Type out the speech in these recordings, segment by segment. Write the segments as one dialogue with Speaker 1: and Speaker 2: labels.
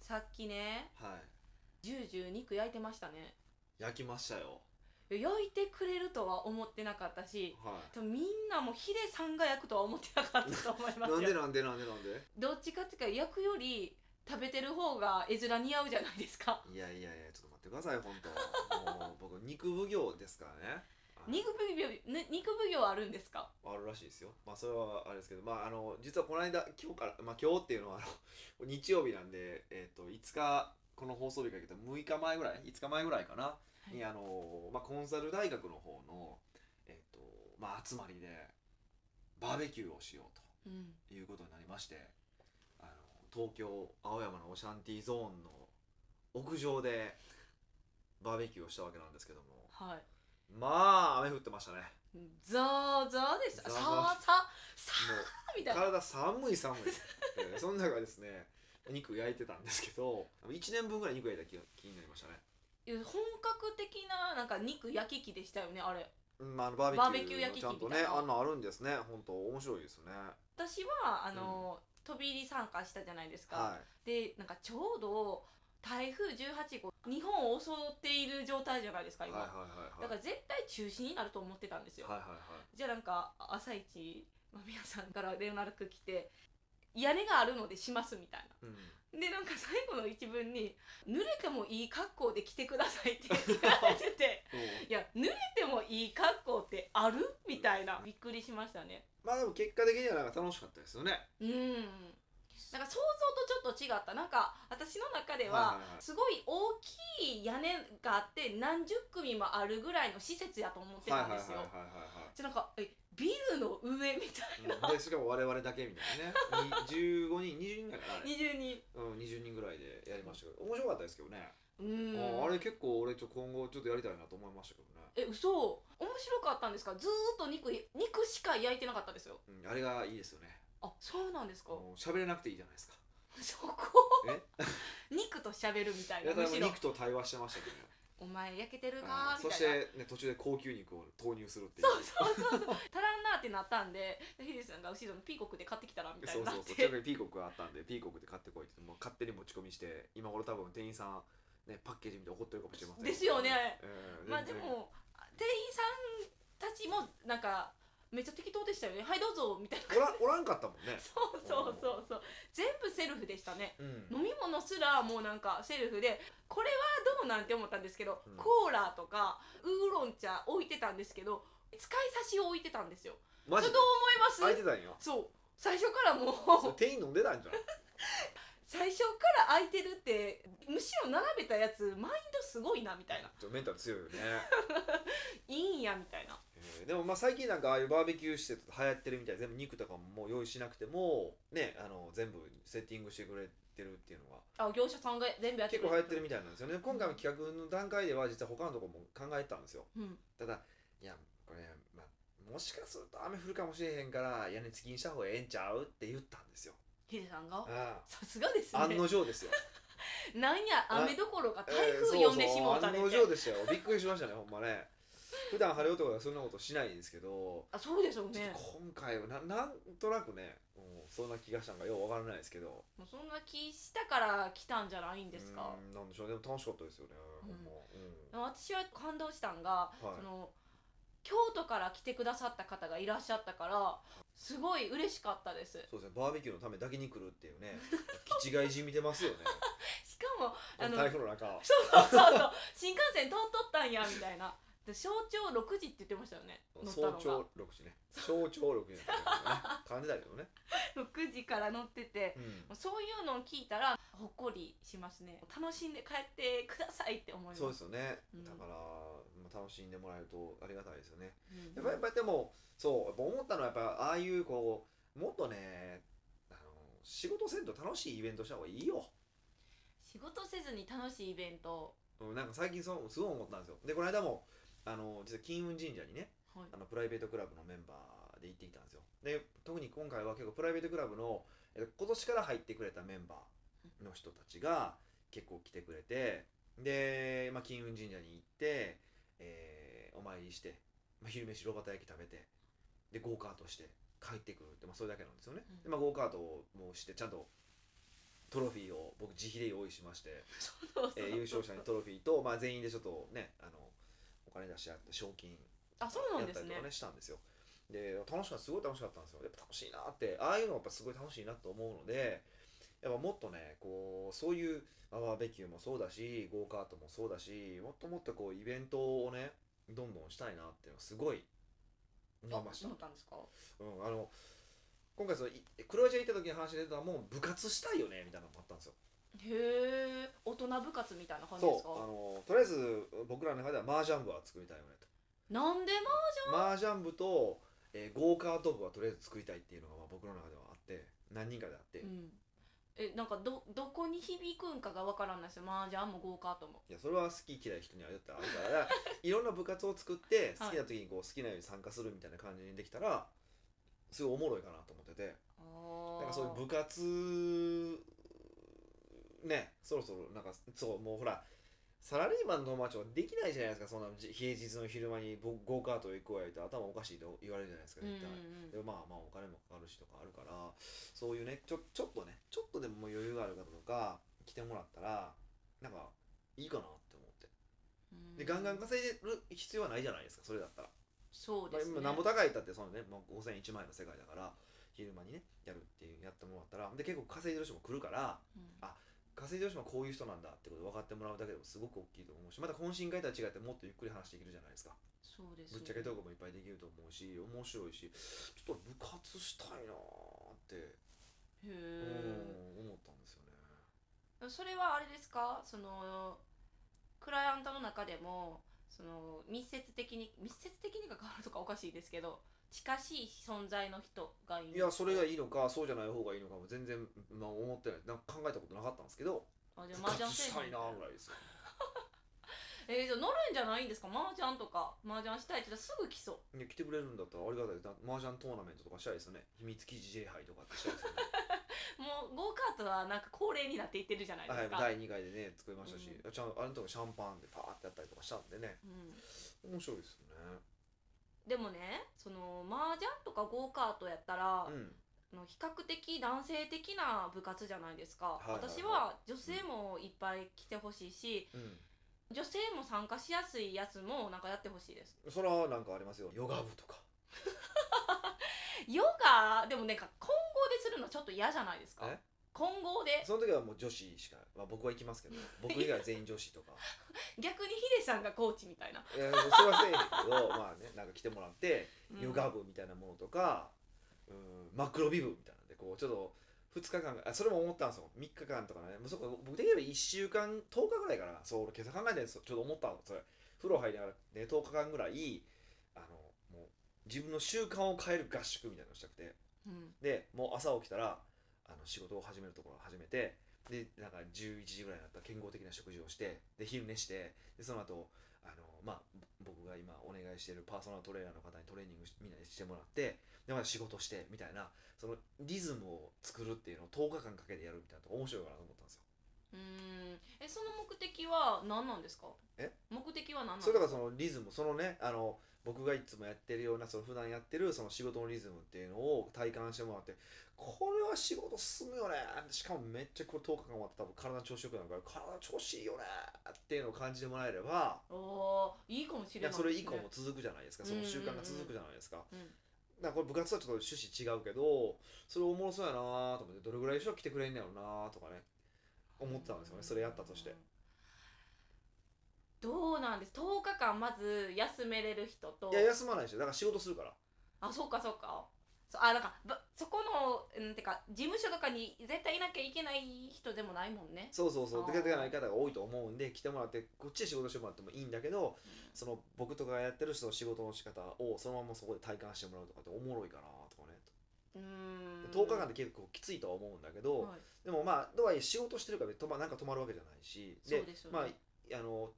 Speaker 1: さっきね
Speaker 2: は
Speaker 1: ジュージュー肉焼いてましたね
Speaker 2: い焼きましたよ
Speaker 1: いや焼いてくれるとは思ってなかったし
Speaker 2: は
Speaker 1: 多分みんなもヒデさんが焼くとは思ってなかったと思い
Speaker 2: い
Speaker 1: ま
Speaker 2: なん
Speaker 1: す
Speaker 2: で
Speaker 1: よ
Speaker 2: なんでなんでなんで
Speaker 1: どっちかっていうか焼くより食べてる方が絵面似合うじゃないです か
Speaker 2: いやいやいやちょっと待ってください本当もう僕肉奉行ですからねあの
Speaker 1: 肉奉行ね肉奉行あるんですか
Speaker 2: あるらしいですよまあそれはあれですけどまああの実はこの間今日からまあ今日っていうのはあの日曜日なんでえっ、と5日この放送日かけて6日前ぐらい5日前ぐらいかな、
Speaker 1: い
Speaker 2: にあのまあコンサル大学の方のえっ、とまあ集まりでバーベキューをしようと
Speaker 1: うん
Speaker 2: いうことになりましてあの東京青山のオシャンティゾーンの屋上でバーベキューをしたわけなんですけども
Speaker 1: はい
Speaker 2: まあ雨降ってましたね
Speaker 1: ザーザーでした
Speaker 2: ザ
Speaker 1: さ
Speaker 2: ーザー
Speaker 1: ーさーさ
Speaker 2: も
Speaker 1: ーみ
Speaker 2: う
Speaker 1: たいな
Speaker 2: 体寒い寒い、え ーその中ですね肉焼いてたんですけど1年分ぐらい肉焼いた気が気になりましたね
Speaker 1: いや本格的ななんか肉焼き器でしたよねあれ
Speaker 2: うんまあ、あのバーベキュー
Speaker 1: バーベキュー焼き器
Speaker 2: ちゃんとね
Speaker 1: みたいな
Speaker 2: あんなあるんですね本当面白いですね
Speaker 1: 私はあの、飛び入り参加したじゃないですか、
Speaker 2: は
Speaker 1: でなんかちょうど台風18号日本を襲っている状態じゃないですか
Speaker 2: いはい
Speaker 1: 今、
Speaker 2: はいはい
Speaker 1: だ
Speaker 2: はい
Speaker 1: から絶対中止になると思ってたんですよ、
Speaker 2: はいはいはい
Speaker 1: じゃあなんか朝一、まあ、皆さんから連絡来て屋根があるのでしますみたい
Speaker 2: うん
Speaker 1: なでなんか最後の一文に「濡れてもいい格好で来てください」って言われて ていや濡れてもいい格好ってあるみたいなびっくりしましたね
Speaker 2: まあでも結果的にはなんか楽しかったですよね
Speaker 1: うんなんか想像とちょっと違ったなんか私の中では,、
Speaker 2: はいはいはい
Speaker 1: すごい大きい屋根があって何十組もあるぐらいの施設やと思って
Speaker 2: はい
Speaker 1: た
Speaker 2: は
Speaker 1: ん
Speaker 2: いはい
Speaker 1: ですよ、
Speaker 2: はいはいはい
Speaker 1: じゃあなんかえビルの上みた いな、
Speaker 2: うんでしかも我々だけみたいなねに15人20人ぐらいかなあれ、
Speaker 1: 20人
Speaker 2: うん、20人ぐらいでやりましたけど面白かったですけどね、
Speaker 1: うん
Speaker 2: ああれ結構俺ちょ今後ちょっとやりたいなと思いましたけどね
Speaker 1: え嘘面白かったんですかずーっと肉肉しか焼いてなかったですよ
Speaker 2: うん、あれがいいですよね
Speaker 1: あそうなんですか
Speaker 2: もう喋れなくていいじゃないですか
Speaker 1: そこ
Speaker 2: え
Speaker 1: 肉と喋るみたい
Speaker 2: いや
Speaker 1: なむ
Speaker 2: だから
Speaker 1: しろ
Speaker 2: 肉と対話してましたけどね
Speaker 1: 「お前焼けてる
Speaker 2: あ
Speaker 1: か
Speaker 2: ー」
Speaker 1: み
Speaker 2: そ
Speaker 1: た
Speaker 2: し
Speaker 1: いな
Speaker 2: て、ね、途中で高級肉を投入するっていう
Speaker 1: そうそうそうそう足らんなってなったんでヒデさんが後ろのピーコックで買ってきたらみたい
Speaker 2: そ
Speaker 1: に
Speaker 2: う
Speaker 1: な
Speaker 2: そ
Speaker 1: っ
Speaker 2: うそうちなみ
Speaker 1: て
Speaker 2: にピーコックがあったんでピーコックで買ってこいって言ってもう勝手に持ち込みして今頃多分店員さんねパッケージ見て怒ってるかもしれませんけど
Speaker 1: ですよね、
Speaker 2: えー
Speaker 1: まあで
Speaker 2: 全然
Speaker 1: も店員さんたちもなんかめっちゃ適当でしたよね「はいどうぞ」みたいな
Speaker 2: おらおらんかったもんね
Speaker 1: そうそうそうそう全部セルフでしたね
Speaker 2: うん
Speaker 1: 飲み物すらもうなんかセルフでこれはどうなんて思ったんですけど、
Speaker 2: うん
Speaker 1: コーラとかウーロン茶置いてたんですけど使い差しを置いてたんですよ
Speaker 2: マ
Speaker 1: それ
Speaker 2: ジで
Speaker 1: どう思
Speaker 2: 開
Speaker 1: い
Speaker 2: い
Speaker 1: ま
Speaker 2: て
Speaker 1: す
Speaker 2: たんよ
Speaker 1: そう最初からも
Speaker 2: そう
Speaker 1: う
Speaker 2: 店員飲んでたんじゃん
Speaker 1: 最初から空いてるってむしろ並べたやつマインドすごいなみたいな
Speaker 2: ちょっとメンタル強いよね、
Speaker 1: いいんやみたいな
Speaker 2: えーでもまあ最近なんかああいうバーベキュー施設流行ってるみたいで全部肉とかももう用意しなくてもねあの全部セッティングしてくれてるっていうのが
Speaker 1: あ業者さんが全部やって
Speaker 2: 結
Speaker 1: くれ
Speaker 2: 構流行ってるみたいなんですよね今回の企画の段階では実は他のところも考えてたんですよ
Speaker 1: うん
Speaker 2: ただいやこれ、まあ、もしかすると雨降るかもしれへんから屋根付きにした方がええんちゃうって言ったんですよ
Speaker 1: ヒデさん
Speaker 2: う
Speaker 1: が
Speaker 2: ん
Speaker 1: さすがです
Speaker 2: 案
Speaker 1: ね
Speaker 2: の定ですよ
Speaker 1: なんや雨どころか台
Speaker 2: えーそう
Speaker 1: 風呼んでしもうたねっ
Speaker 2: そう案の
Speaker 1: て、
Speaker 2: 定でしたよびっくりしましたねほんまね普段晴れ男がそんなことしないんですけど、
Speaker 1: あそうでしょう
Speaker 2: ちょっ
Speaker 1: ね
Speaker 2: と今回はななんとなくね、うんそんな気がしたんかようわからないですけど
Speaker 1: もうそんな気したから来たんじゃないんですか、
Speaker 2: うんなんでしょうでも楽しかったですよね、
Speaker 1: うん
Speaker 2: ほんま、うん
Speaker 1: 私は感動したんが、
Speaker 2: はい
Speaker 1: その京都から来てくださった方がいらっしゃったからすごい嬉しかったです
Speaker 2: そうですねバーベキューのためだけに来るっていうね気違いじみてますよね
Speaker 1: しかもあ
Speaker 2: この
Speaker 1: の
Speaker 2: 台風の中
Speaker 1: そうそう そうそう新幹線通っとったんやみたいなで早朝6時って言ってましたよね乗ったのが
Speaker 2: 早朝6時ね早朝6時なんだけどね感じだけどね、
Speaker 1: 6時から乗ってて
Speaker 2: うん
Speaker 1: そういうのを聞いたらほっこりしますね楽しんで帰ってくださいって思います
Speaker 2: そうですよね、
Speaker 1: うん
Speaker 2: だから、まあ、楽しんでもらえるとありがたいですよね
Speaker 1: うん
Speaker 2: やっぱやっぱでもそうやっぱ思ったのはやっぱああいうこうもっとねあの仕事せんと楽しいイベントした方がいいよ
Speaker 1: 仕事せずに楽しいイベント、
Speaker 2: うんなんか最近そうすごい思ったんですよでこの間もあの実は金運神社にね
Speaker 1: はい
Speaker 2: あのプライベートクラブのメンバーで行ってきたんですよで特に今回は結構プライベートクラブのえっと今年から入ってくれたメンバーの人たちが結構来てくれてで、まあ、金運神社に行って、えーお参りして、まあ、昼飯炉端焼き食べてでゴーカートして帰ってくるって、まあ、それだけなんですよね、
Speaker 1: うん
Speaker 2: でまあ、ゴーカートをもうしてちゃんとトロフィーを僕自費で用意しまして、
Speaker 1: そうそう
Speaker 2: えー優勝者にトロフィーと、まあ、全員でちょっとねあのお金出し合って賞金
Speaker 1: あそうなん
Speaker 2: や
Speaker 1: で
Speaker 2: った
Speaker 1: す
Speaker 2: り
Speaker 1: ね
Speaker 2: とかねしたんですよで楽しかったすごい楽しかったんですよやっぱ楽しいなってああいうのがやっぱすごい楽しいなと思うのでやっぱもっとねこうそういうまあバーベキューもそうだしゴーカートもそうだしもっともっとこうイベントをねどんどんしたいなっていうのはすごい
Speaker 1: あ
Speaker 2: 思いました
Speaker 1: 思ったんですか
Speaker 2: うん、あの今回そのいクロアチア行った時の話で出たのはもう部活したいよねみたいなのもあったんですよ
Speaker 1: へえ大人部活みたいな感じです
Speaker 2: そうあ
Speaker 1: か
Speaker 2: のとりあえず僕らの中では麻雀部は作りたいよねと
Speaker 1: なんでも
Speaker 2: 麻雀部と、えーゴーカート部はとりあえず作りたいっていうのがまあ僕の中ではあって何人かであって、
Speaker 1: う
Speaker 2: い
Speaker 1: んえなんかどどこに響くんかがわからないですよ麻雀もゴーカートも
Speaker 2: やそれは好き嫌い人にはよ ってあるからいろんな部活を作って
Speaker 1: はい
Speaker 2: 好きな時にこう好きなように参加するみたいな感じにできたらすごいおもろいかなと思ってて
Speaker 1: あ
Speaker 2: なんかそういう部活ねそろそろなんかそうもうほらサラリーマンの友達はできないじゃないですかそんなじ平日の昼間にボゴーカート行こうや言うて頭おかしいと言われるじゃないですか
Speaker 1: うんう
Speaker 2: 絶
Speaker 1: ん
Speaker 2: 対、
Speaker 1: うん
Speaker 2: でまあまあお金もかかるしとかあるからそういうねちょちょっとねちょっとでももう余裕がある方とか来てもらったらなんかいいかなって思って
Speaker 1: うん
Speaker 2: でガンガン稼いでる必要はないじゃないですかそれだったら
Speaker 1: そうで
Speaker 2: まあ、
Speaker 1: すね
Speaker 2: 今なんぼ高いったってそのね、まあ、5000、1万円の世界だから昼間にねやるっていうやってもらったらで結構稼いでる人も来るから
Speaker 1: うん
Speaker 2: あ稼いでる人もこういう人なんだってこと分かってもらうだけでもすごく大きいと思うしまた懇親会とは違ってもっとゆっくり話できるじゃないですか
Speaker 1: そうです
Speaker 2: ぶっちゃけトークもいっぱいできると思うし面白いしちょっと部活したいなーって、
Speaker 1: へ
Speaker 2: う
Speaker 1: え
Speaker 2: ん、思ったんですよね
Speaker 1: それはあれですかそのクライアントの中でもその密接的に密接的にが変わるとかおかしいですけど近しい存在の人がいる
Speaker 2: いやそれがいいのかそうじゃない方がいいのかも全然、まあ、思ってないなんか考えたことなかったんですけど
Speaker 1: あじゃあ
Speaker 2: 部
Speaker 1: 麻
Speaker 2: 活
Speaker 1: 雀せ
Speaker 2: し
Speaker 1: えへ
Speaker 2: た
Speaker 1: ん
Speaker 2: いなーぐらいですよ
Speaker 1: えー、じゃあ乗るんじゃないんですか麻雀とか麻雀したいって言ったらすぐ来そう
Speaker 2: いや来てくれるんだったらありがたいですマージャントーナメントとかしたいですよね秘密基地 J 杯とかってしたい ですよね
Speaker 1: もうゴーカートはなんか恒例になっていってるじゃないで
Speaker 2: は
Speaker 1: す
Speaker 2: い
Speaker 1: か、
Speaker 2: 第2回でね作りましたし、
Speaker 1: う
Speaker 2: ちゃんあれのとこシャンパンでパーってやったりとかしたんでね
Speaker 1: うん、
Speaker 2: 面白いですよ
Speaker 1: でもねその麻雀とかゴーカートやったら、
Speaker 2: ね
Speaker 1: あの比較的男性的な部活じゃないですか、
Speaker 2: いはいはい
Speaker 1: 私は女性もいっぱい来てほしいし、
Speaker 2: うん、
Speaker 1: 女性も参加しやすいやつもなんかやってほしいです
Speaker 2: うん、それはなんかありますよヨガ部とか
Speaker 1: ヨガでもなんか混合でするのちょっと嫌じゃないですか
Speaker 2: え
Speaker 1: 混合で
Speaker 2: その時はもう女子しか、まあ、僕は行きますけど僕以外は全員女子 とか
Speaker 1: 逆にヒデさんがコーチみたいな、
Speaker 2: いやそれはせえへんけどまあねなんか来てもらって
Speaker 1: うん
Speaker 2: ヨガ部みたいなものとか、うん、マクロビ部みたいなんでこうちょっと2日間あそれも思ったんですよ3日間とかねもうそこ僕できれば1週間10日ぐらいかなそう俺今朝考えてるんですよちょっと思ったのそれ風呂入りながら、ね、10日間ぐらいあのもう自分の習慣を変える合宿みたいなのをしたくて
Speaker 1: うん
Speaker 2: でもう朝起きたらあの仕事を始めるところを始めてでなんか11時ぐらいになったら健康的な食事をしてで昼寝してでその後あのまあぼ僕が今お願いしているパーソナルトレーナーの方にトレーニングしみんなでしてもらってでまた仕事してみたいなそのリズムを作るっていうのを10日間かけてやるみたいなとこ面白いかなと思ったんですよ。
Speaker 1: うーんえその目的は何なんですか
Speaker 2: え
Speaker 1: 目的は何なんです
Speaker 2: それだからそのリズムそのねあの僕がいつもやってるようなその普段やってるその仕事のリズムっていうのを体感してもらってこれは仕事進むよねしかもめっちゃこれ10日間終わって多分体の調子よくなるから体調子いいよねっていうのを感じてもらえれば
Speaker 1: おーいいかもしれ
Speaker 2: い
Speaker 1: ない
Speaker 2: やそれ以
Speaker 1: です
Speaker 2: 降
Speaker 1: ね
Speaker 2: も続くじゃないですかその習慣が続くじゃないですか。
Speaker 1: うん
Speaker 2: だからこれ部活とはちょっと趣旨違うけどそれおもろそうやなと思ってどれぐらいの人が来てくれんねやろうなとかね思ってたんですよねそれやったとして。
Speaker 1: どうなんです10日間まず休めれる人と
Speaker 2: いや休まないでしょだから仕事するから
Speaker 1: あそうかそうかそあなんかぶそこのうんてか事務所とかに絶対いなきゃいけない人でもないもんね
Speaker 2: そうそうそ
Speaker 1: あ
Speaker 2: う
Speaker 1: ー
Speaker 2: 出かけない方が多いと思うんで来てもらってこっちで仕事してもらってもいいんだけどその僕とかがやってる人の仕事の仕方をそのままそこで体感してもらうとかっておもろいかなとかね
Speaker 1: うーん
Speaker 2: 10日間で結構きついとは思うんだけど、
Speaker 1: はい
Speaker 2: でもまあとはいえ仕事してるからとまなんか泊まるわけじゃないし
Speaker 1: そうですよね
Speaker 2: まああの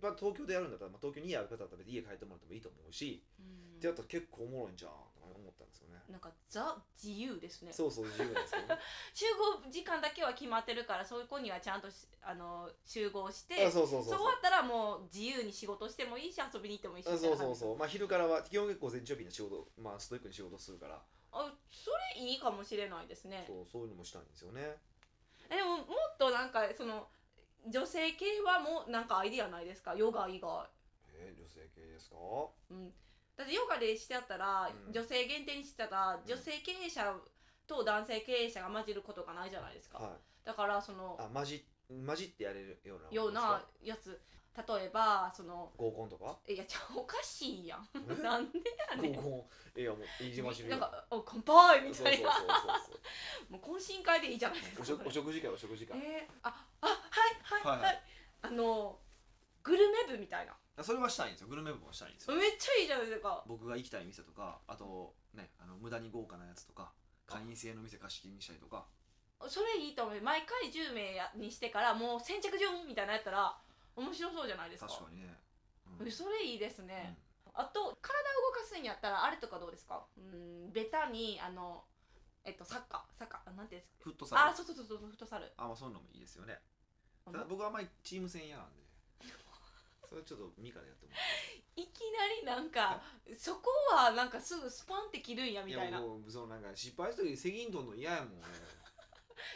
Speaker 2: まあ、東京でやるんだったら、まあ、東京にやる方だったら別に家帰ってもらってもいいと思うし、
Speaker 1: うん
Speaker 2: であと結構おもろいんじゃんとか思ったんですよね。
Speaker 1: なんかザ自由ですね
Speaker 2: そうそう自由なんですよ ね。
Speaker 1: 集合時間だけは決まってるからそういう子にはちゃんとしあの集合して
Speaker 2: あそうそうそう
Speaker 1: そう終わったらもう自由に仕事してもいいし遊びに行ってもいいし
Speaker 2: あ
Speaker 1: みたい
Speaker 2: そう
Speaker 1: な
Speaker 2: そ
Speaker 1: 感
Speaker 2: う
Speaker 1: じ
Speaker 2: そう。まあ昼からは基本結構全日曜日の仕事、まあストイックに仕事するから、
Speaker 1: あそれいいかもしれないですね
Speaker 2: そうそういうのもしたいんですよね。
Speaker 1: えでももっとなんかその女性系はもうなんかアイディアないですかヨガ以外、
Speaker 2: えー女性系ですか
Speaker 1: うん、だってヨガでしてあったら、
Speaker 2: うん
Speaker 1: 女性限定にしてたら
Speaker 2: うん
Speaker 1: 女性経営者と男性経営者が混じることがないじゃないですか、
Speaker 2: はい
Speaker 1: だからその
Speaker 2: あ混じ混じってやれるような
Speaker 1: ようなやつ例えばその
Speaker 2: 合コンとか
Speaker 1: いやちゃおかしいやん
Speaker 2: え
Speaker 1: なんでやね
Speaker 2: 合
Speaker 1: ん
Speaker 2: コンいやもう飯島知る
Speaker 1: な
Speaker 2: よ
Speaker 1: んか「お乾杯!」
Speaker 2: そ
Speaker 1: みた
Speaker 2: うそうそう
Speaker 1: いなもう懇親会でいいじゃないです
Speaker 2: そう
Speaker 1: か
Speaker 2: お食お食事会お食事会、
Speaker 1: えー、ああはいはいはい、
Speaker 2: はいは
Speaker 1: あのグルメ部みたいな
Speaker 2: あそれはしたいんですよグルメ部もしたいんですよ
Speaker 1: めっちゃいいじゃないですか
Speaker 2: 僕が行きたい店とかあとねあの無駄に豪華なやつとか会員制の店貸し切りにしたりとか
Speaker 1: それいいと思う毎回10名やにしてからもう先着順みたいなやったら面白そうじゃないですか
Speaker 2: 確かにね、うん
Speaker 1: えそれいいです
Speaker 2: うん
Speaker 1: ね、あと体を動かすにやったらあれとかどうですかうんベタにあのえっとサッカーサッカーあなんていうんですか
Speaker 2: フットサル
Speaker 1: あ
Speaker 2: あ
Speaker 1: そうそうそうそうフットサル
Speaker 2: まあそういうのもいいですよね
Speaker 1: あ
Speaker 2: ただ
Speaker 1: の
Speaker 2: 僕はあんまりチーム戦嫌なんでそれはちょっとミカでやってもら
Speaker 1: いきなりなんかそこはなんかすぐスパンって切るんや
Speaker 2: って
Speaker 1: み
Speaker 2: い
Speaker 1: たい
Speaker 2: や
Speaker 1: な
Speaker 2: もうそのなんか失敗した時責任取るの嫌やもん俺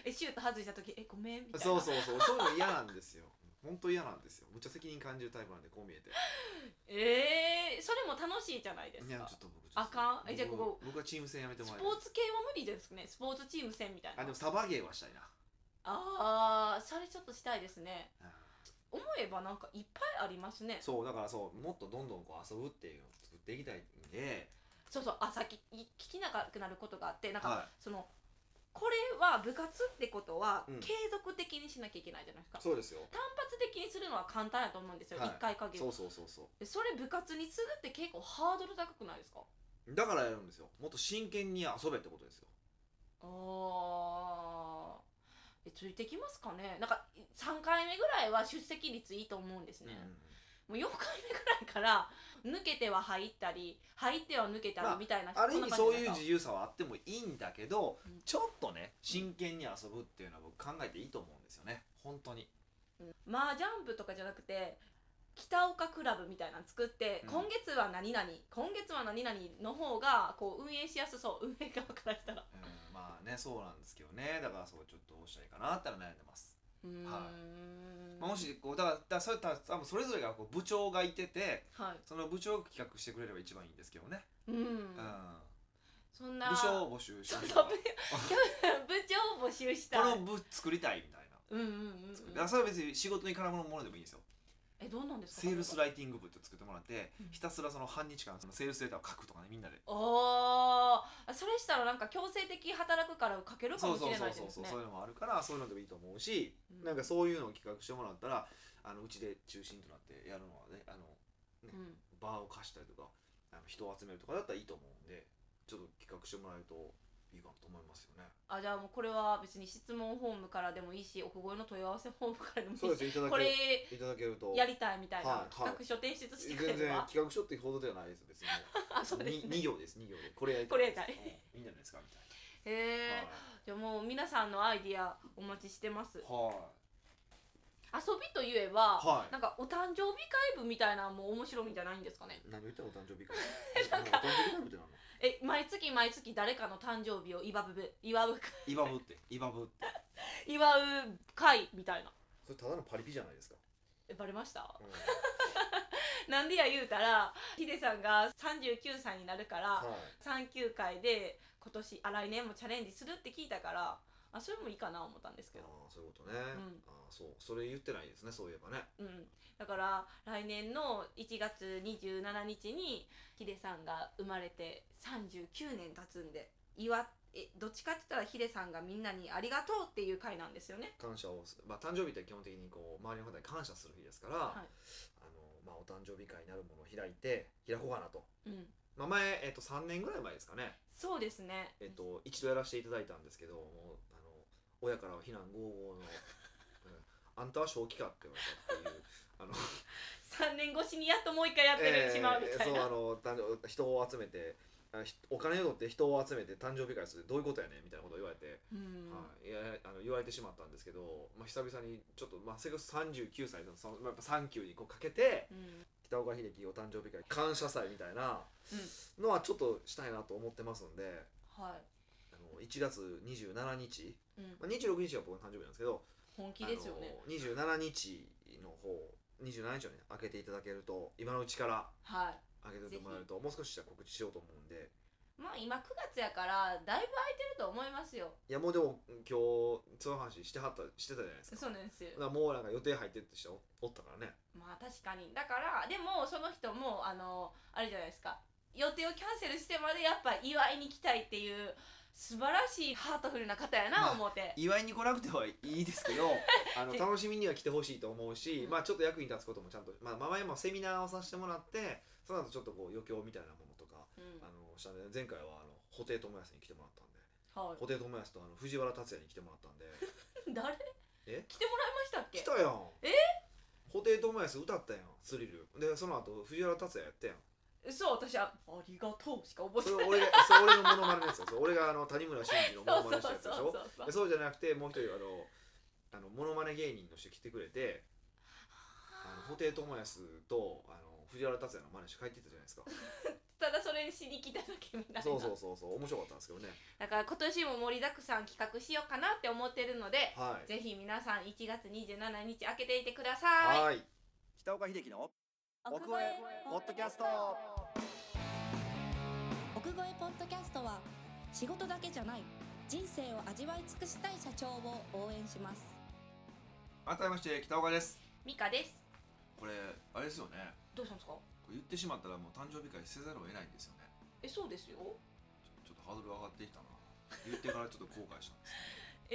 Speaker 1: えシュート外した時えごめ んみたいな
Speaker 2: そうそうそうそういうの嫌なんですよ本当嫌なんですよむっちゃ責任感じるタイプなんでこう見えて
Speaker 1: えー、それも楽しいじゃないです
Speaker 2: いや
Speaker 1: か
Speaker 2: ちょっと僕ちょっと
Speaker 1: あかんえ
Speaker 2: 僕
Speaker 1: じゃあここ
Speaker 2: 僕はチーム戦やめて
Speaker 1: ス
Speaker 2: もらいたい
Speaker 1: ポーツ系は無理ですねスポーツチーム戦みたいな
Speaker 2: あでもサバゲーはしたいな
Speaker 1: ああそれちょっとしたいですね思えばなんかいっぱいありますね
Speaker 2: そうだからそうもっとどんどんこう遊ぶっていうのを作っていきたいんで
Speaker 1: そうそうあさっきい聞きなくなることがあってなんか、
Speaker 2: は
Speaker 1: そのこれは部活ってことは
Speaker 2: うん
Speaker 1: 継続的にしなきゃいけないじゃないですか、
Speaker 2: いそうですよ
Speaker 1: 単発的にするのは簡単やと思うんですよ、
Speaker 2: はい
Speaker 1: 一回限り
Speaker 2: そうそうそうそ
Speaker 1: でそれ部活にするって結構ハードル高くないですか
Speaker 2: うだからやるんですよもっと真剣に遊べってことですよ
Speaker 1: あーえついてきますかねなんか3回目ぐらいは出席率いいと思うんですね、もう4回目ぐらいから抜けては入ったり入っては抜けたり
Speaker 2: まあ
Speaker 1: みたいな、
Speaker 2: ある
Speaker 1: こ
Speaker 2: 意
Speaker 1: ん
Speaker 2: 味
Speaker 1: な
Speaker 2: そ
Speaker 1: 感
Speaker 2: う
Speaker 1: じ
Speaker 2: い
Speaker 1: な
Speaker 2: うん
Speaker 1: だ
Speaker 2: 自由さはあってもいいんだけど、
Speaker 1: うん
Speaker 2: ちょっとね真剣に遊ぶっていうのは僕考えていいと思うんですよね本当に
Speaker 1: うん麻雀部とかじゃなくて北岡クラブみたいなの作って、
Speaker 2: う
Speaker 1: 今
Speaker 2: ん
Speaker 1: 月は何々今月は何々の方がこう運営しやすそう運営側からしたら
Speaker 2: うんまあねそうなんですけどねだからそうちょっとどうしたらいいかなってのは悩んでます、
Speaker 1: うーん
Speaker 2: はまあ、もしこうだからだからそれた多分それぞれがこう部長がいてて
Speaker 1: はい
Speaker 2: その部長が企画してくれれば一番いいんですけどね、
Speaker 1: うん、
Speaker 2: うん
Speaker 1: そんな
Speaker 2: 部署を募集し
Speaker 1: そう
Speaker 2: て
Speaker 1: そう部部長を募集したい
Speaker 2: この部作りたいみたい
Speaker 1: う
Speaker 2: な、
Speaker 1: んうん
Speaker 2: 作
Speaker 1: うん
Speaker 2: るあそれは別に仕事に絡むものでもいいんですよ
Speaker 1: えどうなんですか
Speaker 2: セールスライティング部って作ってもらって、
Speaker 1: うん
Speaker 2: ひたすらその半日間そのセールスデータを書くとかねみんなで
Speaker 1: おーそれしたらなんか強制的働くからかけるか
Speaker 2: そ
Speaker 1: も
Speaker 2: う
Speaker 1: し
Speaker 2: そう
Speaker 1: れ
Speaker 2: そ
Speaker 1: な
Speaker 2: う
Speaker 1: いです
Speaker 2: そう
Speaker 1: ね
Speaker 2: そうそういうのもあるからそういうのでもいいと思うし、
Speaker 1: うん
Speaker 2: なんかそういうのを企画してもらったらあのうちで中心となってやるのはねあの
Speaker 1: うん
Speaker 2: バーを貸したりとかあの人を集めるとかだったらいいと思うんでちょっと企画してもらえるといいかなと思いますよね。
Speaker 1: あじゃあもうこれは別に質問フォームからでもいいし奥越えの問い合わせフォームからでもいいし
Speaker 2: すいただ
Speaker 1: これ
Speaker 2: いただけると
Speaker 1: やりたいみたいな、
Speaker 2: はいはい
Speaker 1: 企画書提出してくれ
Speaker 2: 全
Speaker 1: れ
Speaker 2: 然
Speaker 1: ば
Speaker 2: 企画書っていうほどではないです別 に。
Speaker 1: あそうです
Speaker 2: に
Speaker 1: ね
Speaker 2: 二行です二行でこれやり
Speaker 1: これやりたい
Speaker 2: ですうんいいんじゃないですかみたい
Speaker 1: へ
Speaker 2: な。
Speaker 1: えじゃあもう皆さんのアイディアお待ちしてます遊
Speaker 2: はい
Speaker 1: びといえば、
Speaker 2: はい
Speaker 1: なんかお誕生日会部みたいなのも面白いんじゃないんですかね
Speaker 2: 何を言ったのお誕生 日会なんかお誕生日会ってなの
Speaker 1: え毎月毎月誰かの誕生日を祝う部祝う
Speaker 2: イバブってイバブって
Speaker 1: 祝う会みたいな
Speaker 2: それただのパリピじゃないですか、
Speaker 1: えバレました
Speaker 2: うん
Speaker 1: なんでや言うたらヒデさんが39歳になるから
Speaker 2: はい
Speaker 1: 3級会で今年あ来年もチャレンジするって聞いたからあそれもいいかな思ったんですけど、
Speaker 2: ああそういうことね、ああそうそれ言ってないですねそういえばね
Speaker 1: うん、だから来年の1月27日にヒデさんが生まれて39年経つんで祝っえどっちかって言ったらヒデさんがみんなにありがとうっていう会なんですよね。
Speaker 2: 感謝をすまあ誕生日って基本的にこう周りの方に感謝する日ですから、
Speaker 1: は
Speaker 2: あのまあお誕生日会になるものを開いて開こうかなと
Speaker 1: い、うん、
Speaker 2: まあ前えっと3年ぐらい前ですかね
Speaker 1: そうですね。
Speaker 2: えっと一度やらせていただいたんですけどもうあの親からは非難合々 の、うんあんたは正気かって言われたっていう あの
Speaker 1: 3年越しにやっともう一回やってるしまうみたいな。
Speaker 2: そうあの誕生人を集めてあひお金を取って人を集めて誕生日会するってどういうことやねんみたいなことを言われて、
Speaker 1: うん
Speaker 2: はい、いやあの言われてしまったんですけど、まあ、久々にちょっと、まあ、せっかく39歳のそのまあやっぱ3級にこうかけて
Speaker 1: うん
Speaker 2: 北岡秀樹お誕生日会感謝祭みたいなのはちょっとしたいなと思ってますんで、
Speaker 1: はい
Speaker 2: あの1月27日、
Speaker 1: うん
Speaker 2: まあ、26日は僕の誕生日なんですけど
Speaker 1: 本気ですよね
Speaker 2: あの27日の方27日をね開けていただけると今のうちから
Speaker 1: はい
Speaker 2: 開けておいてもらえるともう少しじゃあ告知しようと思うんで
Speaker 1: まあ今9月やからだいぶ空いてると思いますよ
Speaker 2: いやもうでも今日その話してはったしてたじゃないですか
Speaker 1: そうなんですよ
Speaker 2: だからもうなんか予定入ってるって人おったからね
Speaker 1: まあ確かにだからでもその人もあのあれじゃないですか予定をキャンセルしてまでやっぱ祝いに来たいっていう素晴らしいハートフルな方やな
Speaker 2: まあ
Speaker 1: 思って、
Speaker 2: 祝いに来なくてはいいで すけどあの
Speaker 1: ぜ
Speaker 2: 楽しみには来てほしいと思うし、
Speaker 1: うん
Speaker 2: まあちょっと役に立つこともちゃんと、まあ、前もセミナーをさせてもらってその後ちょっとこう余興みたいなものとか、
Speaker 1: うん
Speaker 2: あのしたんで前回はあの布袋寅泰に来てもらったんで
Speaker 1: は
Speaker 2: 布袋寅泰とあの藤原竜也に来てもらったんで
Speaker 1: い、誰
Speaker 2: え
Speaker 1: 来てもらいましたっけ
Speaker 2: 来たやん
Speaker 1: え
Speaker 2: 布袋寅泰歌ったやんスリルでその後藤原竜也やったやん
Speaker 1: そう私は「ありがとう」しか覚えて
Speaker 2: それ
Speaker 1: ない
Speaker 2: 俺 がそれ俺のモノマネのやつよそれ俺があの谷村新司のモノマネしたやつでしょ
Speaker 1: そうそうそう
Speaker 2: で
Speaker 1: そう
Speaker 2: そうじゃなくてもう一人あのあのモノマネ芸人の人来てくれてあの布袋寅泰とあの藤原竜也の真似して帰っていったじゃないですか
Speaker 1: ただそれにしに来ただけみたいな
Speaker 2: そうそうそうそう面白かったんですけどね
Speaker 1: だから今年も盛りだくさん企画しようかなって思ってるので
Speaker 2: はい
Speaker 1: ぜひ皆さん1月27日開けていてください
Speaker 2: はい北岡秀樹の奥越えポッドキャスト
Speaker 3: 奥越えポッドキャストは仕事だけじゃない人生を味わい尽くしたい社長を応援します
Speaker 2: 改めまして北岡です
Speaker 1: ミカです
Speaker 2: これあれですよね
Speaker 1: どうしたんですか
Speaker 2: これ言ってしまったらもう誕生日会せざるを得ないんですよね
Speaker 1: えそうですよ
Speaker 2: ちょっとハードル上がってきたな言ってからちょっと後悔したんで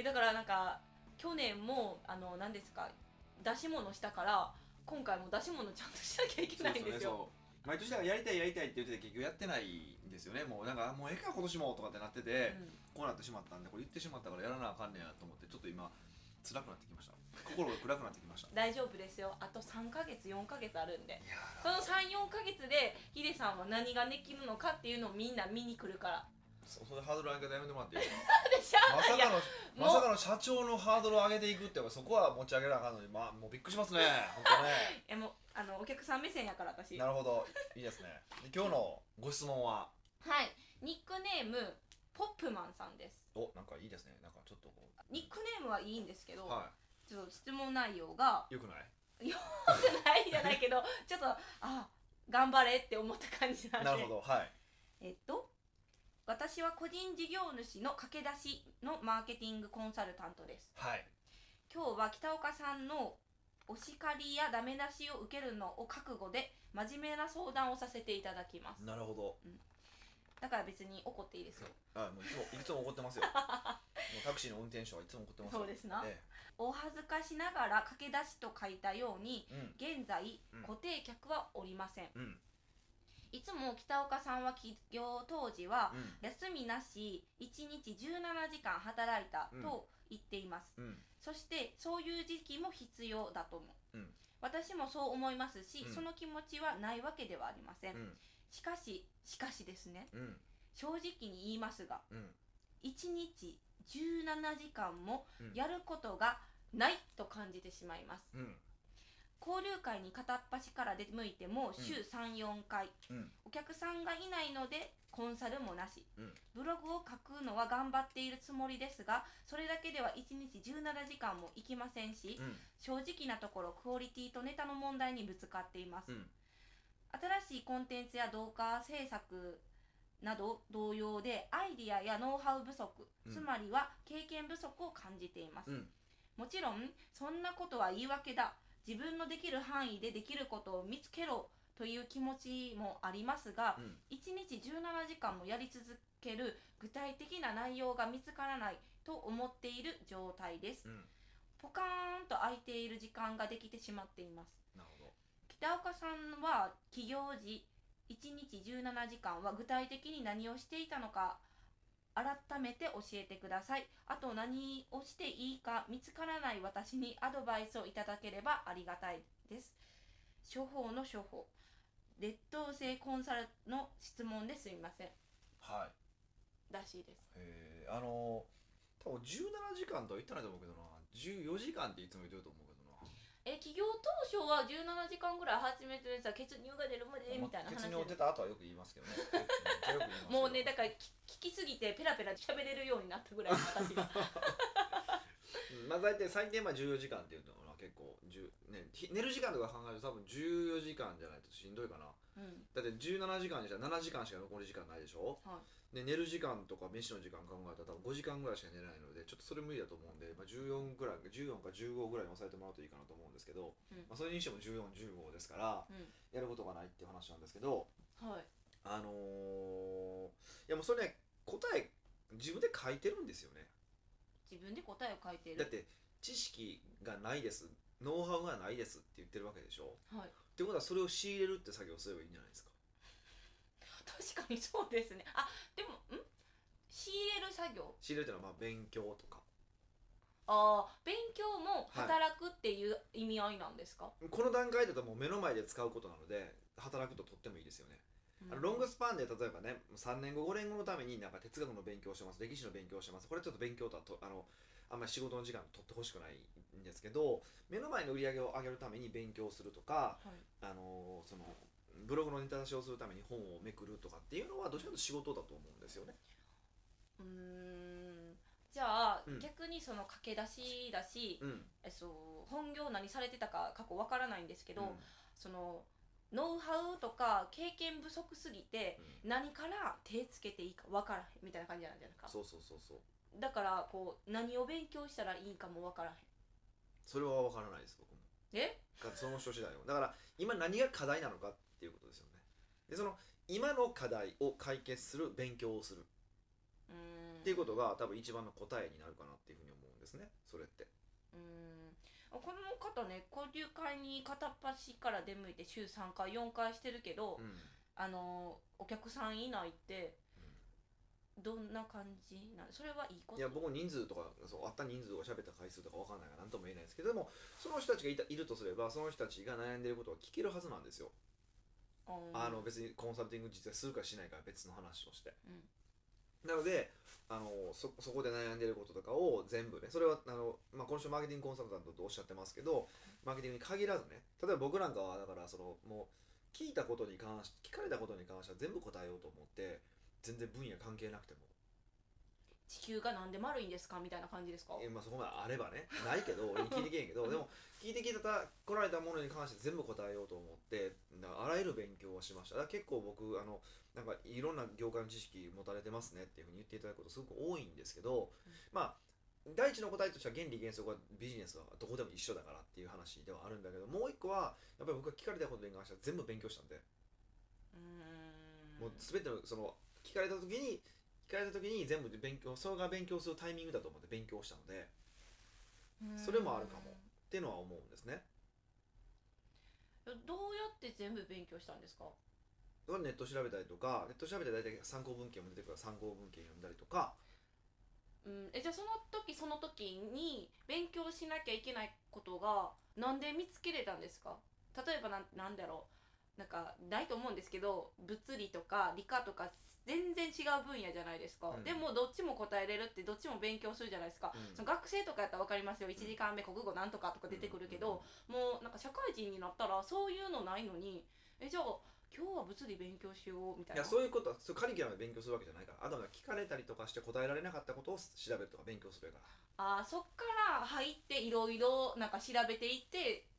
Speaker 2: す
Speaker 1: えだからなんか去年もあの何ですか出し物したから今回も出し物ちゃんとしなきゃいけないんですよ
Speaker 2: そう毎年だからやりたいやりたいって言ってて結局やってないんですよねもうなんかあもうええか今年もとかってなってて、
Speaker 1: うん
Speaker 2: こうなってしまったんでこれ言ってしまったからやらなあかんねやと思ってちょっと今辛くなってきました心が暗くなってきましたい
Speaker 1: 大丈夫ですよあと3ヶ月4ヶ月あるんで
Speaker 2: や
Speaker 1: その34ヶ月でヒデさんは何ができるのかっていうのをみんな見に来るから
Speaker 2: ーそそれハードル上げ方やめてもらっていい ですか
Speaker 1: でしゃ
Speaker 2: まさ
Speaker 1: いや
Speaker 2: かの
Speaker 1: も
Speaker 2: ま
Speaker 1: う
Speaker 2: さかの社長のハードルを上げていくってそこは持ち上げなあかんのにまあもうびっくりしま すね本当ね
Speaker 1: えもうあのお客さん目線やから私
Speaker 2: な
Speaker 1: はい
Speaker 2: るほどいいですねで今日のご質問は
Speaker 1: ニックネームポップマンさんです
Speaker 2: おなんかいいですねなんかちょっとこう
Speaker 1: ニックネームはいいんですけど、
Speaker 2: は
Speaker 1: ちょっと質問内容が
Speaker 2: いよくない
Speaker 1: ないじゃないけどちょっとあ頑張れって思った感じなんで
Speaker 2: なるほどはい
Speaker 1: えっと私は個人事業主の駆け出しのマーケティングコンサルタントです
Speaker 2: はい
Speaker 1: 今日は北岡さんのお叱りやダメ出しを受けるのを覚悟で真面目な相談をさせていただきます
Speaker 2: なるほど
Speaker 1: だから別に怒っていいですよ
Speaker 2: あもういつもいつも怒ってます よもうタクシーの運転手はいつも怒ってますよ
Speaker 1: そうですな
Speaker 2: え
Speaker 1: お恥ずかしながら駆け出しと書いたように
Speaker 2: えうん
Speaker 1: 現在
Speaker 2: うん
Speaker 1: 固定客はおりません
Speaker 2: うん
Speaker 1: いつも北岡さんは起業当時は
Speaker 2: うん
Speaker 1: 休みなし1日17時間働いたと言っています、
Speaker 2: うん
Speaker 1: そしてそういう時期も必要だと思う、
Speaker 2: うん
Speaker 1: 私もそう思いますし、
Speaker 2: うん
Speaker 1: その気持ちはないわけではありません、
Speaker 2: うん
Speaker 1: しかししかしですね
Speaker 2: うん
Speaker 1: 正直に言いますが
Speaker 2: うん
Speaker 1: 1日17時間も
Speaker 2: うん
Speaker 1: やることがないと感じてしまいます
Speaker 2: うん
Speaker 1: 交流会に片っ端から出向いても週34回、
Speaker 2: うん
Speaker 1: お客さんがいないのでコンサルもなし、
Speaker 2: うん
Speaker 1: ブログを書くのは頑張っているつもりですがそれだけでは1日17時間もいきませんし、
Speaker 2: うん
Speaker 1: 正直なところクオリティとネタの問題にぶつかっています、
Speaker 2: うん
Speaker 1: 新しいコンテンツや動画制作など同様でアイディアやノウハウ不足、
Speaker 2: うん
Speaker 1: つまりは経験不足を感じています、
Speaker 2: うん
Speaker 1: もちろんそんなことは言い訳だ自分のできる範囲でできることを見つけろという気持ちもありますが
Speaker 2: うん
Speaker 1: 1日17時間もやり続ける具体的な内容が見つからないと思っている状態です
Speaker 2: うん
Speaker 1: ポカーンと空いている時間ができてしまっています
Speaker 2: なるほど
Speaker 1: 北岡さんは起業時1日17時間は具体的に何をしていたのか改めて教えてくださいあと何をしていいか見つからない私にアドバイスをいただければありがたいです処方の処方劣等生コンサルの質問ですみません
Speaker 2: はい
Speaker 1: らしいです
Speaker 2: えー、あのー多分17時間とは言ってないと思うけどな14時間っていつも言ってると思うけどな
Speaker 1: え起業当初は17時間ぐらい始めてさ血乳が出るまでみたいな
Speaker 2: まあ
Speaker 1: 話
Speaker 2: 血
Speaker 1: で
Speaker 2: 尿出た後はよく言いますけどねうん
Speaker 1: もう
Speaker 2: それはよく言いますけど
Speaker 1: ねだからき聞きすぎてペラペラ喋れるようになったぐらい私が
Speaker 2: うんまあ大体最低まあ14時間っていうのは結構、10ね、ひ寝る時間とか考えると多分14時間じゃないとしんどいかな
Speaker 1: うん
Speaker 2: だって17時間にしたら7時間しか残り時間ないでしょ、
Speaker 1: は
Speaker 2: で寝る時間とか飯の時間考えたら多分5時間ぐらいしか寝れないのでちょっとそれ無理だと思うんで、まあ、14ぐらい14か15ぐらいに抑えてもらうといいかなと思うんですけど、
Speaker 1: うん
Speaker 2: まあ、それにしても1415ですから
Speaker 1: う
Speaker 2: やることがないっていう話なんですけど
Speaker 1: んはい
Speaker 2: あのーいやもうそれね答え自分で書いてるんですよね
Speaker 1: 自分で答えを書いてる
Speaker 2: だって知識がないですノウハウがないですって言ってるわけでしょ
Speaker 1: はい
Speaker 2: ってことはそれを仕入れるって作業すればいいんじゃないですか
Speaker 1: 確かにそうですねあでもん仕入れる作業
Speaker 2: 仕入れるっていうのはまあ勉強とか
Speaker 1: ああ勉強も働くっていう意味合いなんですか、
Speaker 2: この段階だともう目の前で使うことなので働くととってもいいですよね、あのロングスパンで例えばね3年後5年後のためになんか哲学の勉強をしてます歴史の勉強をしてますこれちょっと勉強とはとあのあんまり仕事の時間取ってほしくないんですけど目の前の売り上げを上げるために勉強すると
Speaker 1: は
Speaker 2: か、
Speaker 1: い
Speaker 2: あのそのブログのネタ出しをするために本をめくるとかっていうのはどちらかというと仕事だと思うんですよね。
Speaker 1: うーんじゃあ、
Speaker 2: うん
Speaker 1: 逆にその駆け出しだし、
Speaker 2: うん、
Speaker 1: えっと、本業何されてたか過去わからないんですけど、
Speaker 2: うん
Speaker 1: そのノウハウとか経験不足すぎて
Speaker 2: うん
Speaker 1: 何から手つけていいかわからへんみたいな感じなんじゃないか
Speaker 2: そうそうそうそう
Speaker 1: だからこう何を勉強したらいいかもわからへん
Speaker 2: それは分からないです僕も。
Speaker 1: え
Speaker 2: がその人次第よだから今何が課題なのかっていうことですよねでその今の課題を解決する勉強をする
Speaker 1: うーん
Speaker 2: っていうことが多分一番の答えになるかなっていうふうに思うんですねそれって
Speaker 1: うーんこの方ね交流会に片っ端から出向いて週3回4回してるけど、
Speaker 2: うん、
Speaker 1: あのお客さんいないってどんな感じなのそれはいいこ
Speaker 2: い
Speaker 1: と
Speaker 2: や僕も人数とかそう会った人数とか喋った回数とか分かんないから何とも言えないですけどでもその人たちがいたいるとすればその人たちが悩んでることは聞けるはずなんです
Speaker 1: う
Speaker 2: よ、
Speaker 1: ん
Speaker 2: あの別にコンサルティング実際するかしないかは別の話をして
Speaker 1: うん
Speaker 2: なのであのそそこで悩んでることとかを全部ねそれはあの、まあ、この人マーケティングコンサルタントとおっしゃってますけどマーケティングに限らずね例えば僕なんかはだからそのもう聞いたことに関し聞かれたことに関しては全部答えようと思って全然分野関係なくても、
Speaker 1: 地球がなんで丸いんですかみたいな感じですか
Speaker 2: えまあ、そこまであればねな いけど俺に聞いてけへんけどでも聞いてきたた来られたものに関して全部答えようと思ってなあらゆる勉強をしましただから結構僕あのなんかいろんな業界の知識持たれてますねっていうふうに言っていただくことすごく多いんですけど、
Speaker 1: うん
Speaker 2: まあ第一の答えとしては原理原則はビジネスはどこでも一緒だからっていう話ではあるんだけどもう一個はやっぱり僕が聞かれたことに関しては全部勉強したんで、
Speaker 1: うーん
Speaker 2: もう全てのその聞かれた時に聞かれた時に全部勉強それが勉強するタイミングだと思って勉強したのでそれもあるかもっていうのは思うんですね。
Speaker 1: うんどうやって全部勉強したんですか
Speaker 2: ネット調べたりとかネット調べて大体参考文献も出てくるから参考文献読んだりとか
Speaker 1: うん、えじゃあその時その時に勉強しなきゃいけないことがなんで見つけれたんですか例えばなんなんだろうなんかないと思うんですけど物理とか理科とか全然違う分野じゃないですか、
Speaker 2: うん
Speaker 1: でもどっちも答えれるってどっちも勉強するじゃないですか、
Speaker 2: うん
Speaker 1: その学生とかやったら分かりますよ1時間目国語なんとかとか出てくるけど、もうなんか社会人になったらそういうのないのにえじゃあ今日は物理勉強しようみたい
Speaker 2: い
Speaker 1: な
Speaker 2: やそういうことはそうカリキュラムで勉強するわけじゃないからあとは聞かれたりとかして答えられなかったことを調べるとか勉強するから
Speaker 1: あーそっから入っていろいろなんか調べていって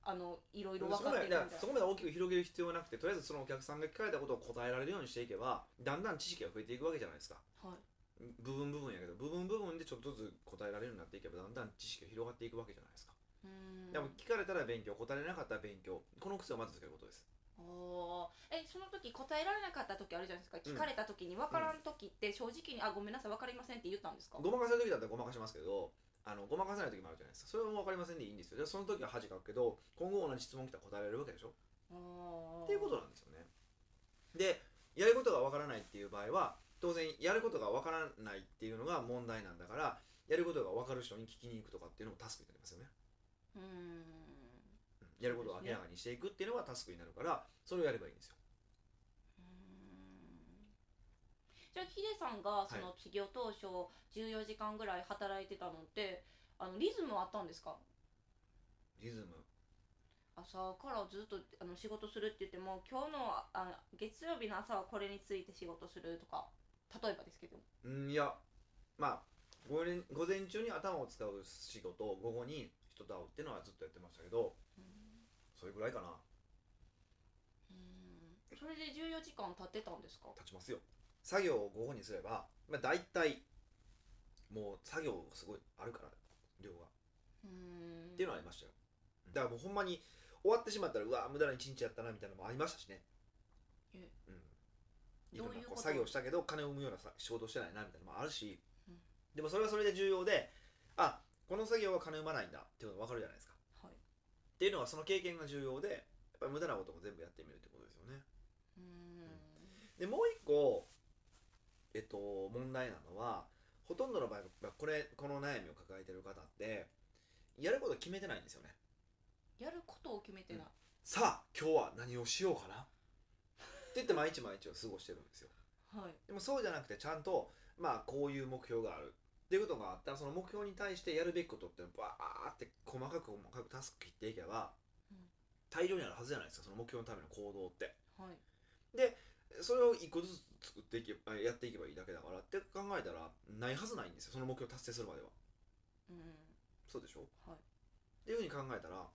Speaker 1: あのいろいろ分
Speaker 2: そ
Speaker 1: かっ
Speaker 2: こ
Speaker 1: て
Speaker 2: ま
Speaker 1: い
Speaker 2: で
Speaker 1: くみたい
Speaker 2: だからそこまで大きく広げる必要はなくてとりあえずそのお客さんが聞かれたことを答えられるようにしていけばだんだん知識が増えていくわけじゃないですか
Speaker 1: な、はい、
Speaker 2: 部分部分やけど部分部分でちょっとずつ答えられるようになっていけばだんだん知識が広がっていくわけじゃないですか、
Speaker 1: うーん
Speaker 2: でも聞かれたら勉強答えられなかったら勉強この癖をまずつけることです
Speaker 1: おーえその時答えられなかった時あるじゃないですか聞かれた時に分からん時って正直に「あごめんなさい分かりません」って言ったんですか
Speaker 2: ごまかせる時だったらごまかしますけどあのごまかせない時もあるじゃないですかそれはもう分かりませんでいいんですよでその時は恥かくけど今後同じ質問来たら答えられるわけでしょっ
Speaker 1: って
Speaker 2: いうことなんですよねでやることがわからないっていう場合は当然やることがわからないっていうのが問題なんだからやることがわかる人に聞きに行くとかっていうのもタスクになりますよね
Speaker 1: うーん
Speaker 2: うんやることを明らかにしていくっていうのはタスクになるからそれをやればいいんですよ
Speaker 1: うーんじゃあヒデさんがその起業当初14時間ぐらい働いてたのって、あのリズムはあったんですか
Speaker 2: リズム
Speaker 1: 朝からずっとあの仕事するって言っても今日のあ月曜日の朝はこれについて仕事するとか例えばですけど
Speaker 2: うんいやまあ午前午前中に頭を使う仕事午後に人と会うっていうのはずっとやってましたけど
Speaker 1: う
Speaker 2: それぐらいかなん
Speaker 1: それで14時間経ってたんですか
Speaker 2: 経ちますよ作業を午後にすれば、まあ、大体もう作業がすごいあるから量が
Speaker 1: うん
Speaker 2: っていうのはありましたよだからもうほんまに終わってしまったらうわ無駄な一日やったなみたいなのもありましたしね
Speaker 1: え
Speaker 2: うんい
Speaker 1: どう
Speaker 2: ろ
Speaker 1: いうん
Speaker 2: な
Speaker 1: こ
Speaker 2: こ
Speaker 1: と
Speaker 2: う作業したけど金を生むようなさ仕事してないなみたいなのもあるし、
Speaker 1: うん
Speaker 2: でもそれはそれで重要であこの作業は金生まないんだっていうのが分かるじゃないですか
Speaker 1: はい
Speaker 2: っていうのはその経験が重要でやっぱり無駄なことも全部やってみるってことですよね
Speaker 1: うん
Speaker 2: でもう一個えっと問題なのはほとんどの場合まあこれこの悩みを抱えてる方ってやることを決めてないんですよね
Speaker 1: やることを決めてない、
Speaker 2: さあ今日は何をしようかなって言って毎日毎日を過ごしてるんですよ
Speaker 1: はい
Speaker 2: でもそうじゃなくてちゃんとまあこういう目標があるっていうことがあったらその目標に対してやるべきことっていうのをバーって細かく細かくタスク切っていけば
Speaker 1: うん
Speaker 2: 大量にあるはずじゃないですかその目標のための行動って
Speaker 1: はい
Speaker 2: それを一個ずつ作っていけばやっていけばいいだけだからって考えたらないはずないんですよその目標達成するまでは
Speaker 1: うん
Speaker 2: そうでしょっ
Speaker 1: はい
Speaker 2: ていうふうに考えたら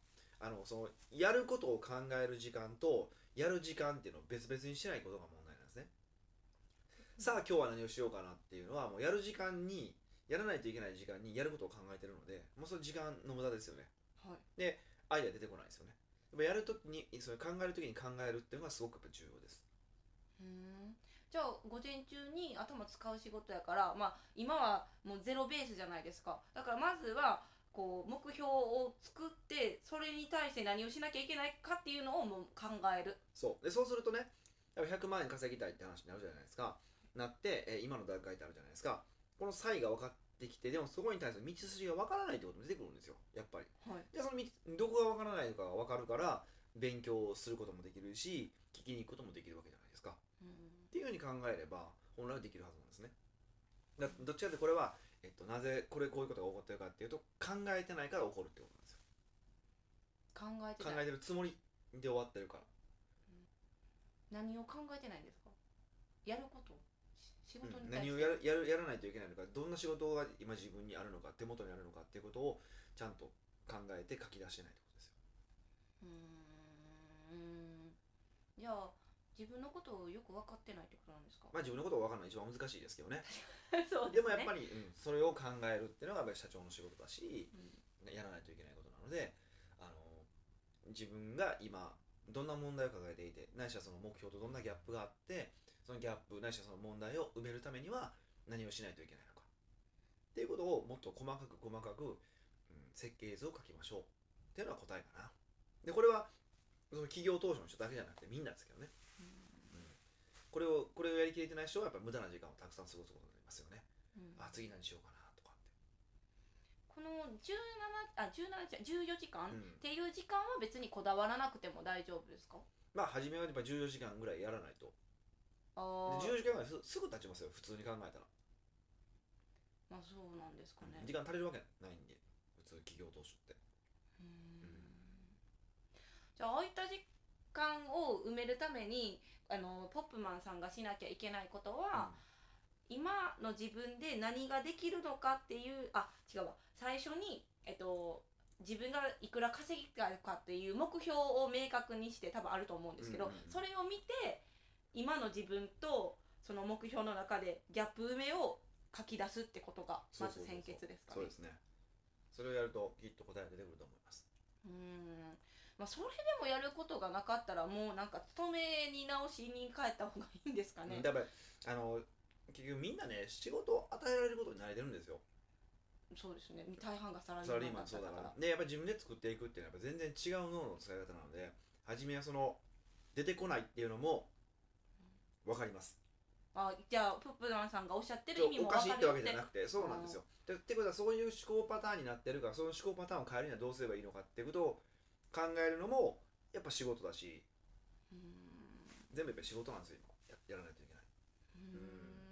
Speaker 2: あのそのやることを考える時間とやる時間っていうのを別々にしてないことが問題なんですねさあ今日は何をしようかなっていうのはもうやる時間にやらないといけない時間にやることを考えてるのでもうそれ時間の無駄ですよね
Speaker 1: はい
Speaker 2: アイデア出てこないですよねやっぱやるときにそれ考えるときに考えるっていうのがすごくやっぱ重要です
Speaker 1: うんじゃあ午前中に頭使う仕事やから、まあ、今はもうゼロベースじゃないですかだからまずはこう目標を作ってそれに対して何をしなきゃいけないかっていうのをもう考える
Speaker 2: そうでそうするとねやっぱ100万円稼ぎたいって話になるじゃないですかなって、えー今の段階ってあるじゃないですかこの差異が分かってきてでもそこに対する道筋が分からないってことも出てくるんですよやっぱり
Speaker 1: はい
Speaker 2: でその道どこが分からないのかが分かるから勉強することもできるし聞きに行くこともできるわけじゃないですかっ
Speaker 1: うん
Speaker 2: ていうふうに考えれば本来はできるはずなんですねだどっちかってこれは、えっと、なぜこれこういうことが起こってるかっていうと考えてないから起こるってことなんですよ
Speaker 1: 考えて
Speaker 2: 考
Speaker 1: な
Speaker 2: え
Speaker 1: い
Speaker 2: てるつもりで終わってるから
Speaker 1: 何を考えてないんですかやることし仕事
Speaker 2: うん
Speaker 1: に対して、
Speaker 2: 何をやるやるやらないといけないのかどんな仕事が今自分にあるのか手元にあるのかっていうことをちゃんと考えて書き出してないってことですよ
Speaker 1: うーんじゃあ自分のことをよく分かってないってことなんですか、
Speaker 2: まあ自分のことを分かるのが一番難しいですけどね
Speaker 1: そう
Speaker 2: でもやっぱ
Speaker 1: り、
Speaker 2: り、うんそれを考えるっていうのがやっぱり社長の仕事だし
Speaker 1: うん
Speaker 2: やらないといけないことなのであの自分が今どんな問題を抱えていてないしはその目標とどんなギャップがあってそのギャップないしはその問題を埋めるためには何をしないといけないのかっていうことをもっと細かく細かく、うん、設計図を書きましょうっていうのは答えかなでこれはその企業当初の人だけじゃなくてみんなですけどねこれをこれをやりきれてない人はやっぱり無駄な時間をたくさん過ごすことになりますよね
Speaker 1: うんうん
Speaker 2: あ次何しようかなとかっ
Speaker 1: この17あ17じゃ14時間、っ
Speaker 2: て、
Speaker 1: ていう
Speaker 2: うん
Speaker 1: 時間は別にこだわらなくても大丈夫ですか
Speaker 2: まあ初めはやっぱ14時間ぐらいやらないと
Speaker 1: ああ
Speaker 2: で14時間ぐらいすすぐ経ちますよ普通に考えたら、
Speaker 1: まあそうなんですかね
Speaker 2: 時間足りるわけないんで普通企業当初って
Speaker 1: うーんじゃあああいった時間を埋めるためにあのポップマンさんがしなきゃいけないことは、今の自分で何ができるのかっていうあ違うわ最初にえっと自分がいくら稼ぎたいかっていう目標を明確にして多分あると思うんですけど、
Speaker 2: うんうんうん
Speaker 1: それを見て今の自分とその目標の中でギャップ埋めを書き出すってことが
Speaker 2: そ
Speaker 1: ま
Speaker 2: うそ
Speaker 1: ず
Speaker 2: うそうそう
Speaker 1: 先決ですか
Speaker 2: そう
Speaker 1: ね
Speaker 2: で。すねそれをやるときっと答えが出てくると思います
Speaker 1: うーんまあ、それでもやることがなかったらもうなんか勤めに直しに帰った方がいいんですかね
Speaker 2: だからあの結局みんなね仕事を与えられることに慣れてるんですよ
Speaker 1: そうですね大半がサラリ
Speaker 2: サラリ
Speaker 1: ー
Speaker 2: ー
Speaker 1: マ
Speaker 2: マ
Speaker 1: ン
Speaker 2: ン
Speaker 1: だった
Speaker 2: そう
Speaker 1: か
Speaker 2: だ
Speaker 1: ら
Speaker 2: からでやっぱり自分で作っていくっていうのはやっぱ全然違う脳の使い方なので初めはその出てこないっていうのも分かります
Speaker 1: あじゃあプップマンさんがおっしゃってる意味
Speaker 2: お
Speaker 1: も
Speaker 2: かしい
Speaker 1: 分
Speaker 2: っ
Speaker 1: かる
Speaker 2: て
Speaker 1: よ
Speaker 2: わ
Speaker 1: って
Speaker 2: けじゃなくてそうなんですよ。でってことはそういう思考パターンになってるからその思考パターンを変えるにはどうすればいいのかっていうことを考えるのもやっぱ仕事だし
Speaker 1: うーん
Speaker 2: 全部やっぱ仕事なんですよ今ややらないといけない。
Speaker 1: うー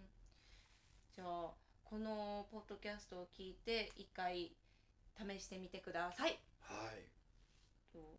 Speaker 1: んじゃあこのポッドキャストを聞いて一回試してみてください
Speaker 2: はい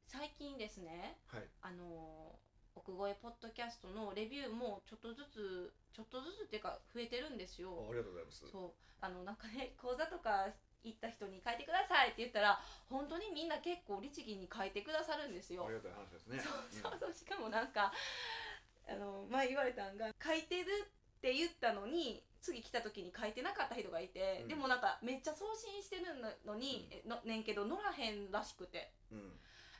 Speaker 1: 最近ですね
Speaker 2: はい
Speaker 1: あの奥越えポッドキャストのレビューもちょっとずつちょっとずつっていうか増えてるんです
Speaker 2: あ
Speaker 1: よ
Speaker 2: ありがとうございます
Speaker 1: そうあのなんかね講座とか行った人に書いてくださいって言ったら本当にみんな結構律儀に書いてくださるんですよ
Speaker 2: ありがたい話ですね
Speaker 1: そうそうそうしかもなんかあの前言われたんが書いてるって言ったのに次来た時に書いてなかった人がいて、
Speaker 2: うん
Speaker 1: でもなんかめっちゃ送信してるのに、えのねんけど乗らへんらしくて
Speaker 2: うんうん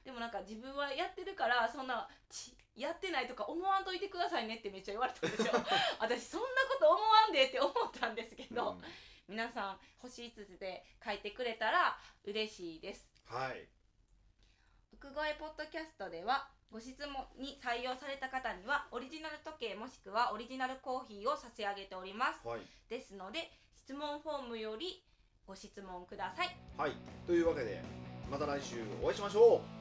Speaker 1: でもなんか自分はやってるからそんなちやってないとか思わんといてくださいねってめっちゃ言われたん ですよ私そんなこと思わんでって思ったんですけど、
Speaker 2: うん
Speaker 1: 皆さん星5つで書いてくれたら嬉しいです
Speaker 2: はい
Speaker 1: 奥越えポッドキャストではご質問に採用された方にはオリジナル時計もしくはオリジナルコーヒーを差し上げております
Speaker 2: はい
Speaker 1: ですので質問フォームよりご質問ください
Speaker 2: はいというわけでまた来週お会いしましょう